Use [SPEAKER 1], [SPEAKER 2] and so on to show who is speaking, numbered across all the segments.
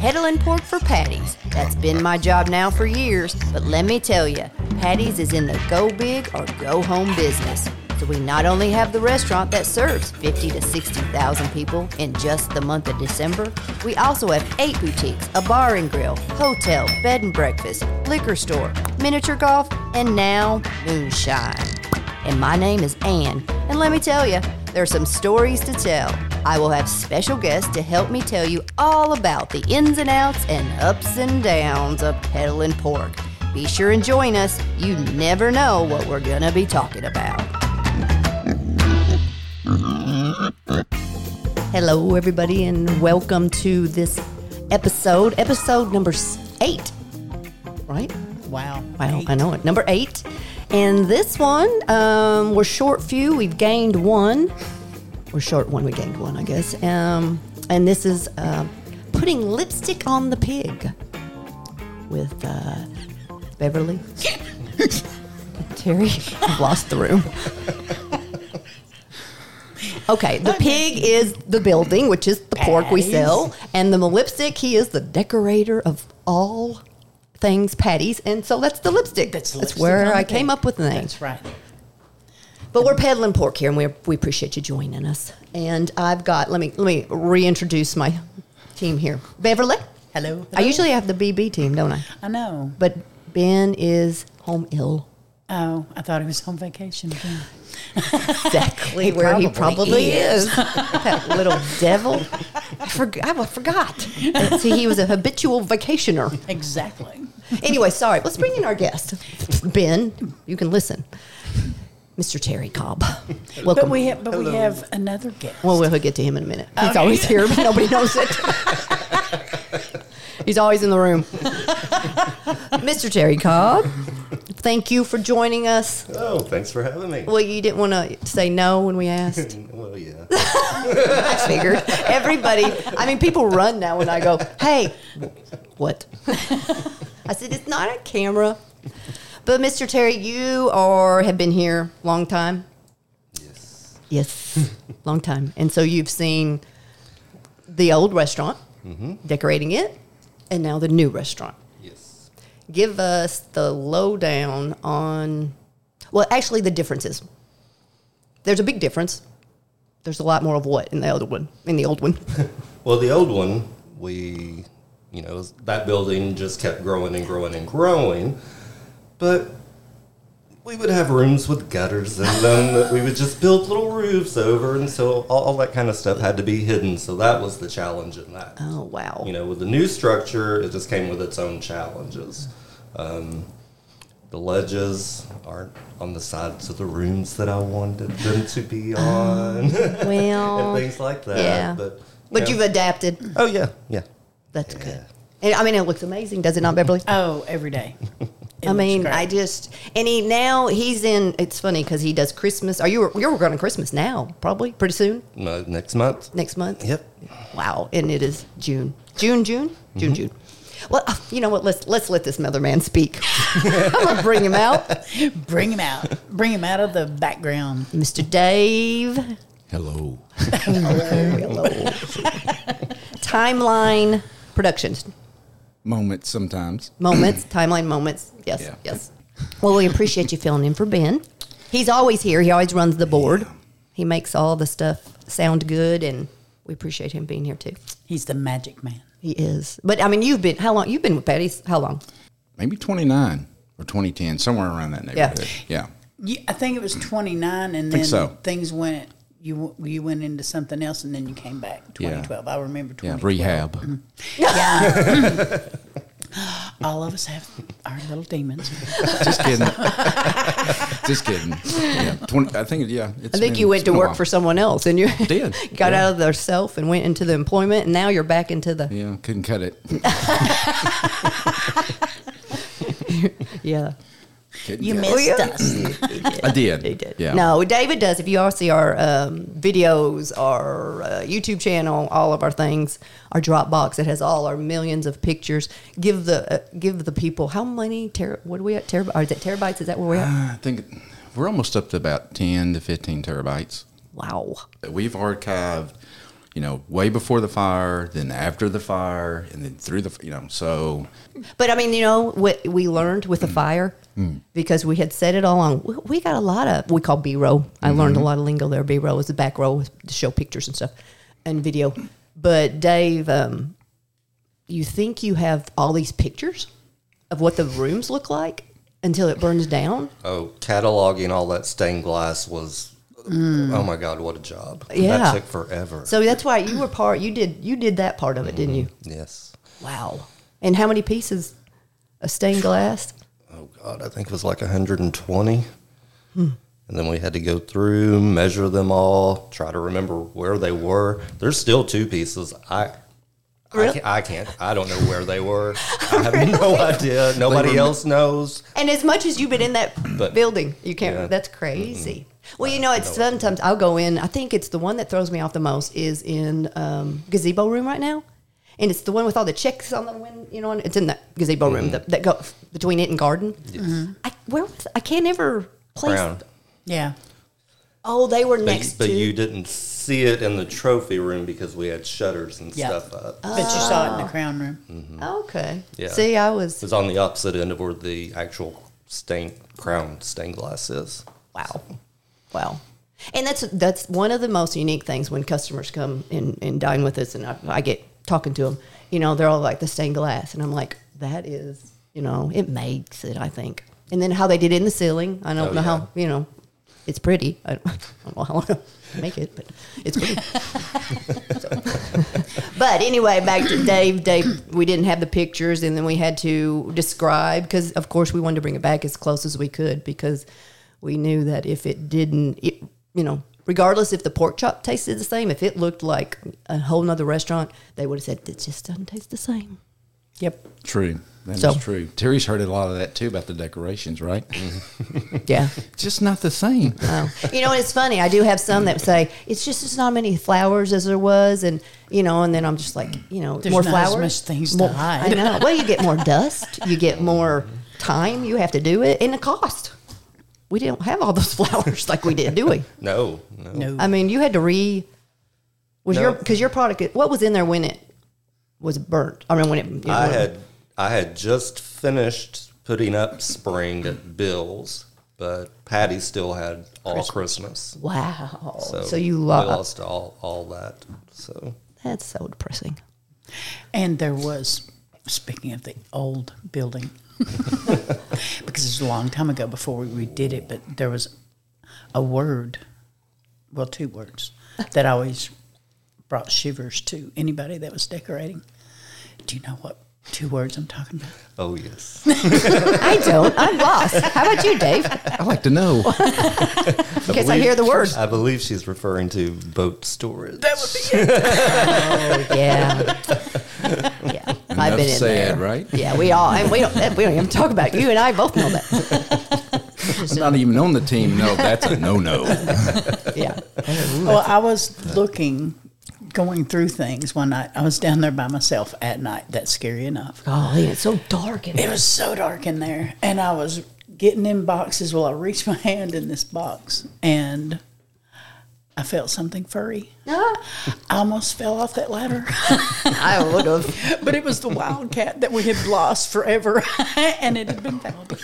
[SPEAKER 1] peddling pork for Patties. That's been my job now for years, but let me tell you, Patties is in the go big or go home business. So we not only have the restaurant that serves 50 to 60,000 people in just the month of December, we also have eight boutiques, a bar and grill, hotel, bed and breakfast, liquor store, miniature golf, and now moonshine. And my name is Anne, and let me tell you, there are some stories to tell. I will have special guests to help me tell you all about the ins and outs and ups and downs of peddling pork. Be sure and join us. You never know what we're going to be talking about. Hello, everybody, and welcome to this episode, episode number s- eight, right?
[SPEAKER 2] Wow.
[SPEAKER 1] Wow, I know it. Number eight. And this one, um, we're short few. We've gained one. We're short one. We gained one, I guess. Um, and this is uh, putting lipstick on the pig with uh, Beverly. Terry, I've lost the room. Okay, the pig is the building, which is the pork we
[SPEAKER 2] Patties.
[SPEAKER 1] sell, and the lipstick, he is the decorator of all things patties, and so that's the lipstick.
[SPEAKER 2] That's the lipstick on
[SPEAKER 1] where
[SPEAKER 2] the
[SPEAKER 1] I
[SPEAKER 2] pig.
[SPEAKER 1] came up with the name.
[SPEAKER 2] That's right.
[SPEAKER 1] But we're peddling pork here, and we we appreciate you joining us. And I've got let me let me reintroduce my team here. Beverly,
[SPEAKER 2] Hello.
[SPEAKER 1] I usually have the BB team, don't I?
[SPEAKER 2] I know.
[SPEAKER 1] But Ben is home ill.
[SPEAKER 2] Oh, I thought he was on vacation. again.
[SPEAKER 1] Exactly where he probably is. that little devil. I forgot. I forgot. See, he was a habitual vacationer.
[SPEAKER 2] exactly.
[SPEAKER 1] Anyway, sorry. Let's bring in our guest, Ben. You can listen, Mr. Terry Cobb. Welcome.
[SPEAKER 2] But we have, but we have another guest.
[SPEAKER 1] well, we'll get to him in a minute. He's always here, but nobody knows it. He's always in the room. Mr. Terry Cobb, thank you for joining us.
[SPEAKER 3] Oh, thanks for having me.
[SPEAKER 1] Well, you didn't want to say no when we asked.
[SPEAKER 3] Well, yeah.
[SPEAKER 1] I figured everybody. I mean, people run now when I go, "Hey, what?" I said, "It's not a camera." But Mr. Terry, you are have been here long time.
[SPEAKER 3] yes.
[SPEAKER 1] Yes, long time, and so you've seen the old restaurant, decorating it, and now the new restaurant.
[SPEAKER 3] Yes.
[SPEAKER 1] Give us the lowdown on, well, actually, the differences. There's a big difference. There's a lot more of what in the other one. In the old one.
[SPEAKER 3] Well, the old one, we, you know, that building just kept growing and growing and growing, but we would have rooms with gutters in them that we would just build little roofs over, and so all, all that kind of stuff had to be hidden. So that was the challenge in that.
[SPEAKER 1] Oh wow!
[SPEAKER 3] you know, with the new structure, it just came with its own challenges. Um, the ledges aren't on the sides of the rooms that I wanted them to be on, and
[SPEAKER 1] well,
[SPEAKER 3] things like that.
[SPEAKER 1] Oh. yeah,
[SPEAKER 3] But, you
[SPEAKER 1] but
[SPEAKER 3] know.
[SPEAKER 1] you've adapted.
[SPEAKER 3] oh yeah, yeah,
[SPEAKER 1] That's
[SPEAKER 3] Yeah.
[SPEAKER 1] good. And, I mean, it looks amazing, does it not, Beverly?
[SPEAKER 2] Oh, every day. It
[SPEAKER 1] I
[SPEAKER 2] looks
[SPEAKER 1] mean,
[SPEAKER 2] great.
[SPEAKER 1] I just and he now he's in. It's funny because he does Christmas. Are you you're working on Christmas now? Probably pretty soon
[SPEAKER 3] No, next month.
[SPEAKER 1] next month.
[SPEAKER 3] Yep.
[SPEAKER 1] Wow, and it is June, June, June,
[SPEAKER 3] Mm-hmm.
[SPEAKER 1] June, June. Well, uh, you know what? Let's let's let this mother man speak. I'm gonna bring him out,
[SPEAKER 2] bring him out. Bring him out of the background.
[SPEAKER 1] Mr. Dave.
[SPEAKER 4] Hello.
[SPEAKER 1] Hello. Timeline Productions.
[SPEAKER 4] Moments sometimes.
[SPEAKER 1] moments, timeline moments. Yes,
[SPEAKER 4] Yeah.
[SPEAKER 1] yes. Well, we appreciate you filling in for Ben. He's always here. He always runs the board. He makes all the stuff sound good, and we appreciate him being here too.
[SPEAKER 2] He's the magic man.
[SPEAKER 1] He is. But I mean, you've been how long? You've been with Patty's how long?
[SPEAKER 4] Maybe 29 or 2010, somewhere around that
[SPEAKER 1] Yeah.
[SPEAKER 4] neighborhood. Yeah.
[SPEAKER 2] You, I think it was 29, and then
[SPEAKER 4] Think so.
[SPEAKER 2] things went. You you went into something else, and then you came back. 2012. I remember
[SPEAKER 4] Yeah.
[SPEAKER 2] 2012.
[SPEAKER 4] Rehab.
[SPEAKER 2] Yeah. All of us have our little demons.
[SPEAKER 4] Just kidding. Just kidding. Yeah. 20, I think, yeah. it's
[SPEAKER 1] I think
[SPEAKER 4] been-
[SPEAKER 1] you
[SPEAKER 4] it's
[SPEAKER 1] went to
[SPEAKER 4] been a
[SPEAKER 1] work
[SPEAKER 4] while.
[SPEAKER 1] for someone else, and you
[SPEAKER 4] Did,
[SPEAKER 1] got
[SPEAKER 4] yeah.
[SPEAKER 1] out of their self and went into the employment, and now you're back into the
[SPEAKER 4] Yeah. Couldn't cut it.
[SPEAKER 1] yeah.
[SPEAKER 4] Couldn't
[SPEAKER 2] You
[SPEAKER 4] cut it.
[SPEAKER 2] missed
[SPEAKER 1] Oh, yeah.
[SPEAKER 2] us.
[SPEAKER 4] I did.
[SPEAKER 1] They did.
[SPEAKER 4] Yeah.
[SPEAKER 1] No, David does. If you all see our um, videos, our uh, YouTube channel, all of our things, our Dropbox, it has all our millions of pictures. Give the uh, give the people how many ter- What are we at? Terab- or is it terabytes? Is that where we're at?
[SPEAKER 4] I think we're almost up to about 10 to 15 terabytes.
[SPEAKER 1] Wow.
[SPEAKER 4] We've archived you know, way before the fire, then after the fire, and then through the, f- you know, so
[SPEAKER 1] But I mean, you know what we learned with the fire because we had said it all along. We, we got a lot of we call B roll. I learned a lot of lingo there. B roll is the back row to show pictures and stuff and video. But Dave, um, you think you have all these pictures of what the rooms look like until it burns down?
[SPEAKER 3] Oh, cataloging all that stained glass was. Oh my God, what a job!
[SPEAKER 1] Mm. Yeah.
[SPEAKER 3] that took forever.
[SPEAKER 1] So that's why you were part. You did you did that part of it, didn't you?
[SPEAKER 3] yes.
[SPEAKER 1] Wow. And how many pieces of stained glass?
[SPEAKER 3] Oh God, I think it was like 120. And then we had to go through, measure them all, try to remember where they were. There's still two pieces. I. I,
[SPEAKER 1] Really?
[SPEAKER 3] can't, I can't. I don't know where they were. I have no idea. Nobody else knows.
[SPEAKER 1] And as much as you've been in that
[SPEAKER 3] But-
[SPEAKER 1] building, you can't.
[SPEAKER 3] Yeah.
[SPEAKER 1] That's crazy. Well, you know, it's sometimes I'll go in. I think it's the one that throws me off the most is in um, gazebo room right now, and it's the one with all the chicks on the wind. You know, and it's in the gazebo
[SPEAKER 3] Mm-hmm.
[SPEAKER 1] room that, that go between it and garden. Mm-hmm. I where was I can't ever place.
[SPEAKER 3] Crown.
[SPEAKER 2] Yeah.
[SPEAKER 1] Oh, they were
[SPEAKER 3] But,
[SPEAKER 1] next
[SPEAKER 3] but
[SPEAKER 1] to.
[SPEAKER 3] you didn't see it in the trophy room because we had shutters and
[SPEAKER 2] Yeah.
[SPEAKER 3] stuff up.
[SPEAKER 2] But you saw it in the crown room.
[SPEAKER 1] okay.
[SPEAKER 3] Yeah.
[SPEAKER 1] See, I
[SPEAKER 3] It
[SPEAKER 1] was
[SPEAKER 3] was on the opposite end of where the actual stained crown stained glass is.
[SPEAKER 1] Wow. Wow. And that's that's one of the most unique things when customers come and, and dine with us and I, I get talking to them, you know, they're all like the stained glass. And I'm like, that is, you know, it makes it, I think. And then how they did it in the ceiling, I don't
[SPEAKER 3] Oh,
[SPEAKER 1] know
[SPEAKER 3] yeah.
[SPEAKER 1] how, you know, it's pretty. I don't, I don't know how to make it, but it's pretty. But anyway, back to Dave. Dave, we didn't have the pictures, and then we had to describe because, of course, we wanted to bring it back as close as we could because we knew that if it didn't, it, you know, regardless if the pork chop tasted the same, if it looked like a whole nother restaurant, they would have said it just doesn't taste the same.
[SPEAKER 2] Yep.
[SPEAKER 4] true. That is
[SPEAKER 1] So-
[SPEAKER 4] true. Terry's heard a lot of that too about the decorations, right?
[SPEAKER 1] Yeah.
[SPEAKER 4] Just not the same.
[SPEAKER 1] Oh. You know, it's funny. I do have some that say it's just as not many flowers as there was, and you know, and then I'm just like, you know,
[SPEAKER 2] There's
[SPEAKER 1] more
[SPEAKER 2] not as
[SPEAKER 1] flowers,
[SPEAKER 2] much things to
[SPEAKER 1] more,
[SPEAKER 2] hide.
[SPEAKER 1] I know. Well, you get more dust, you get more time you have to do it, and the cost. We didn't have all those flowers like we did, do we?
[SPEAKER 3] No, no.
[SPEAKER 2] No.
[SPEAKER 1] I mean, you had to re. Was your
[SPEAKER 3] No.
[SPEAKER 1] because your product? What was in there when it was burnt? I mean, when it.
[SPEAKER 3] I had I had just finished putting up spring at Bill's, but Patty still had all Christmas.
[SPEAKER 1] Wow. So,
[SPEAKER 3] So,
[SPEAKER 1] you
[SPEAKER 3] we
[SPEAKER 1] lost.
[SPEAKER 3] lost all all that. So
[SPEAKER 1] That's so depressing.
[SPEAKER 2] And there was, speaking of the old building, because it's a long time ago before we redid it, but there was a word, well, two words, that always brought shivers to anybody that was decorating. Do you know what two words I'm talking about?
[SPEAKER 3] oh yes,
[SPEAKER 1] I don't. I'm lost. How about you, Dave?
[SPEAKER 4] I like to know.
[SPEAKER 1] In case I hear the word.
[SPEAKER 3] I believe she's referring to boat storage.
[SPEAKER 2] That would be it.
[SPEAKER 1] Yeah. Yeah. I've been in
[SPEAKER 4] said,
[SPEAKER 1] there.
[SPEAKER 4] right?
[SPEAKER 1] Yeah, we all, and we don't, we don't even talk about it. You and I both know that.
[SPEAKER 4] I'm not even on the team. No, that's a no no.
[SPEAKER 1] Yeah.
[SPEAKER 2] Well, I was looking, going through things one night. I was down there by myself at night. That's scary enough.
[SPEAKER 1] Golly, it's so dark in
[SPEAKER 2] It was so dark in there, and I was getting in boxes. Well, I reached my hand in this box, and I felt something furry. I almost fell off that ladder,
[SPEAKER 1] I would have.
[SPEAKER 2] but it was the wildcat that we had lost forever, and it had been found.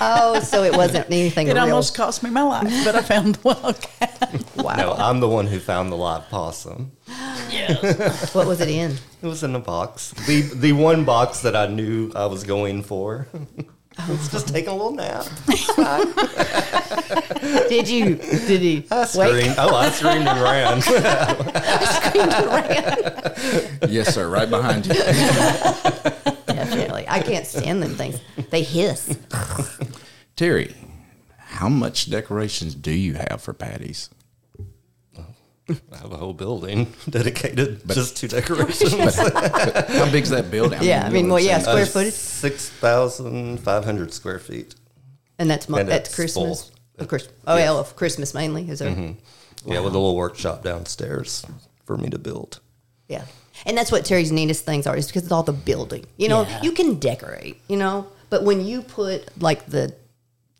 [SPEAKER 1] Oh, so it wasn't anything
[SPEAKER 2] It
[SPEAKER 1] real.
[SPEAKER 2] almost cost me my life, but I found the wildcat.
[SPEAKER 1] wow.
[SPEAKER 3] No, I'm the one who found the live possum.
[SPEAKER 1] What was it in?
[SPEAKER 3] It was in a box. The the one box that I knew I was going for. I was just taking a little nap.
[SPEAKER 1] Did you? Did he?
[SPEAKER 3] I screamed. Oh, I screamed and ran.
[SPEAKER 4] yes, sir. Right behind you.
[SPEAKER 1] Definitely. I can't stand them things. They hiss.
[SPEAKER 4] Terry, how much decorations do you have for patties?
[SPEAKER 3] I have a whole building dedicated just to decorations.
[SPEAKER 4] How big's that building?
[SPEAKER 1] Yeah, I mean, well, yeah,
[SPEAKER 4] yes.
[SPEAKER 1] square
[SPEAKER 3] Uh,
[SPEAKER 1] footage,
[SPEAKER 3] 6,500 square feet.
[SPEAKER 1] and that's mo-
[SPEAKER 3] and
[SPEAKER 1] that's
[SPEAKER 3] it's
[SPEAKER 1] Christmas.
[SPEAKER 3] full. Mm-hmm.
[SPEAKER 1] Of course. Oh, yeah, of Christmas mainly. Is there?
[SPEAKER 3] Yeah, with a little workshop downstairs for me to build.
[SPEAKER 1] Yeah. And that's what Terry's neatest things are, is because it's all the building. You know,
[SPEAKER 2] Yeah.
[SPEAKER 1] you can decorate, you know, but when you put like the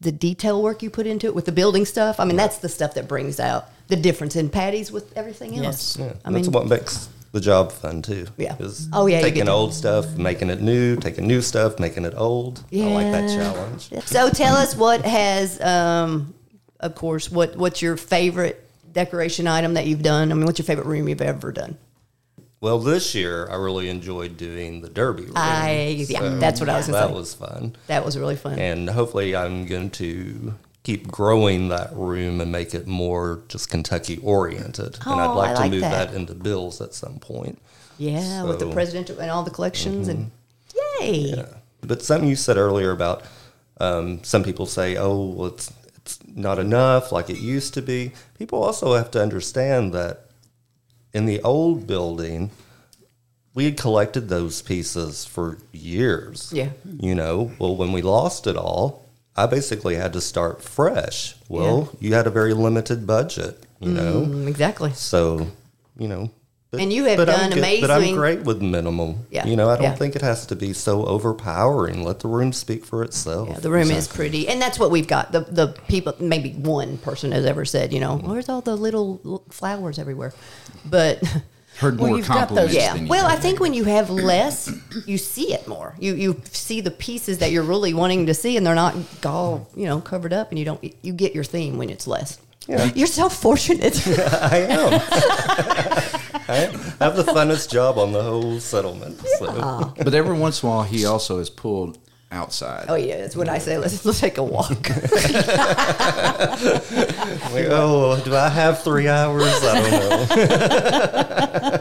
[SPEAKER 1] the detail work you put into it with the building stuff, I mean, that's the stuff that brings out the difference in patties with everything else.
[SPEAKER 2] Yes.
[SPEAKER 3] Yeah,
[SPEAKER 1] I
[SPEAKER 3] that's
[SPEAKER 1] mean-
[SPEAKER 3] what makes the job fun too.
[SPEAKER 1] Yeah.
[SPEAKER 3] is
[SPEAKER 1] Oh, yeah, you get
[SPEAKER 3] taking
[SPEAKER 1] to-
[SPEAKER 3] old stuff, making it new, taking new stuff, making it old. I like that
[SPEAKER 1] Yeah.
[SPEAKER 3] challenge.
[SPEAKER 1] So tell us what has, um, of course, what what's your favorite decoration item that you've done? I mean, what's your favorite room you've ever done?
[SPEAKER 3] Well, this year I really enjoyed doing the Derby. Room,
[SPEAKER 1] I- yeah, that's what I was gonna
[SPEAKER 3] That
[SPEAKER 1] say.
[SPEAKER 3] was fun,
[SPEAKER 1] That was really fun.
[SPEAKER 3] and hopefully I'm going to keep growing that room and make it more just Kentucky oriented. and
[SPEAKER 1] Oh,
[SPEAKER 3] I'd like
[SPEAKER 1] I
[SPEAKER 3] to
[SPEAKER 1] like
[SPEAKER 3] move
[SPEAKER 1] that.
[SPEAKER 3] that. into bills at some point.
[SPEAKER 1] yeah, with the
[SPEAKER 3] so- Mm-hmm.
[SPEAKER 1] presidential and all the collections and yay.
[SPEAKER 3] But something you said earlier about um, some people say, "Oh, well, it's it's not enough like it used to be." People also have to understand that in the old building, we had collected those pieces for years.
[SPEAKER 1] Yeah.
[SPEAKER 3] you know. Well, when we lost it all, I basically had to start fresh. Well, you had a very limited budget, you know,
[SPEAKER 1] Mm, Exactly.
[SPEAKER 3] so you know. but-
[SPEAKER 1] And you have
[SPEAKER 3] but
[SPEAKER 1] done
[SPEAKER 3] I'm good- But I'm
[SPEAKER 1] amazing-
[SPEAKER 3] great with minimal.
[SPEAKER 1] Yeah,
[SPEAKER 3] You know, I don't
[SPEAKER 1] yeah.
[SPEAKER 3] think it has to be so overpowering. Let the room speak for itself.
[SPEAKER 1] Yeah, the room is pretty, and that's what we've got. The the people, maybe one person has ever said, you know,
[SPEAKER 2] Mm-hmm.
[SPEAKER 1] where's all the little l- flowers everywhere? But
[SPEAKER 4] Heard
[SPEAKER 2] Well,
[SPEAKER 4] more
[SPEAKER 2] you've got those-
[SPEAKER 4] compliments.
[SPEAKER 1] yeah,
[SPEAKER 4] than you
[SPEAKER 1] well, I
[SPEAKER 4] have.
[SPEAKER 1] think when you have less, you see it more. You you see the pieces that you're really wanting to see, and they're not all you know covered up, and you don't you get your theme when it's less.
[SPEAKER 3] Yeah.
[SPEAKER 1] You're so fortunate.
[SPEAKER 3] I am. I have the funnest job on the whole settlement. So.
[SPEAKER 4] But every once in a while, he also is pulled outside.
[SPEAKER 1] oh yeah, that's what I say. Let's let's take a walk.
[SPEAKER 3] I'm like, oh, do I have three hours? I don't know.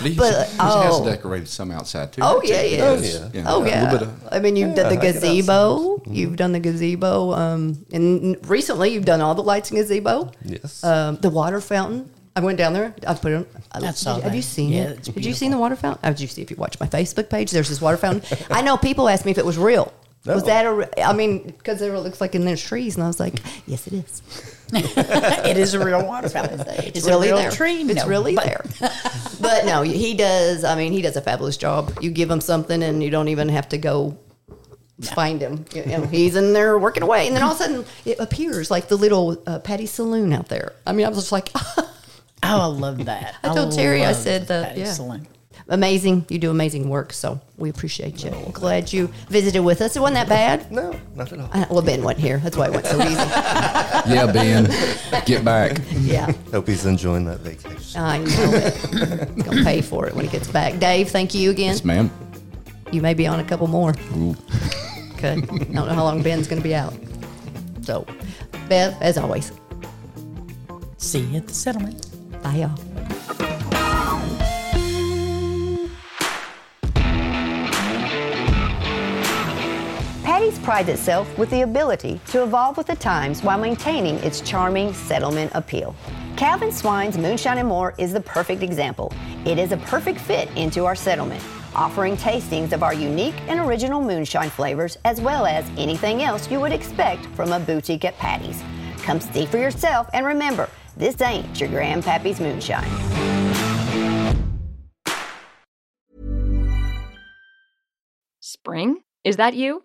[SPEAKER 4] But he's,
[SPEAKER 1] But,
[SPEAKER 4] he
[SPEAKER 1] oh.
[SPEAKER 4] has decorated some outside too.
[SPEAKER 1] Oh yeah, yeah.
[SPEAKER 3] Oh,
[SPEAKER 4] Yes,
[SPEAKER 3] yeah.
[SPEAKER 4] you know,
[SPEAKER 1] Oh
[SPEAKER 4] a little
[SPEAKER 1] yeah.
[SPEAKER 4] bit of-
[SPEAKER 1] I mean, you've done the
[SPEAKER 3] I get outside.
[SPEAKER 1] gazebo.
[SPEAKER 3] Mm-hmm.
[SPEAKER 1] You've done the gazebo, um, and recently you've done all the lights in gazebo.
[SPEAKER 3] Yes.
[SPEAKER 1] Um, the water fountain. I went down there. I put it. I,
[SPEAKER 2] I saw
[SPEAKER 1] did- Have you
[SPEAKER 2] that.
[SPEAKER 1] seen
[SPEAKER 2] Yeah,
[SPEAKER 1] it?
[SPEAKER 2] it's
[SPEAKER 1] Did you seen the water fountain? Oh, did you see if you watch my Facebook page? There's this water fountain. I know people ask me if it was real. Was
[SPEAKER 3] No.
[SPEAKER 1] that a? re- I mean, because it looks like in there's trees, and I was like, yes, it is.
[SPEAKER 2] it is a real water fountain.
[SPEAKER 1] It's,
[SPEAKER 2] It's a
[SPEAKER 1] really
[SPEAKER 2] real
[SPEAKER 1] there.
[SPEAKER 2] tree.
[SPEAKER 1] It's
[SPEAKER 2] No,
[SPEAKER 1] really
[SPEAKER 2] but-
[SPEAKER 1] there. but no, he does. I mean, he does a fabulous job. You give him something, and you don't even have to go find him. You know, he's in there working away, and then all of a sudden it appears like the little uh, Patty Saloon out there. I mean, I was just like,
[SPEAKER 2] Oh, I love that.
[SPEAKER 1] I told Terry I
[SPEAKER 2] love
[SPEAKER 1] said that, yeah.
[SPEAKER 2] Excellent.
[SPEAKER 1] amazing. You do amazing work, so we appreciate you. Glad you visited with us. It wasn't that bad.
[SPEAKER 3] no, not at all.
[SPEAKER 1] Uh, Well, Ben wasn't here. That's why it went so easy.
[SPEAKER 4] yeah, Ben, get back.
[SPEAKER 1] Yeah.
[SPEAKER 3] Hope he's enjoying that vacation.
[SPEAKER 1] I know it. He's going to pay for it when he gets back. Dave, thank you again.
[SPEAKER 4] Yes, ma'am.
[SPEAKER 1] You may be on a couple more.
[SPEAKER 4] Ooh.
[SPEAKER 1] Okay. I don't know how long Ben's going to be out. So, Bev, as always,
[SPEAKER 2] See you at the settlement.
[SPEAKER 1] bye y'all. Patty's prides itself with the ability to evolve with the times while maintaining its charming settlement appeal. Calvin Swine's Moonshine and More is the perfect example. It is a perfect fit into our settlement, offering tastings of our unique and original moonshine flavors as well as anything else you would expect from a boutique at Patty's. Come see for yourself and remember, this ain't your grandpappy's moonshine.
[SPEAKER 5] Spring? Is that you?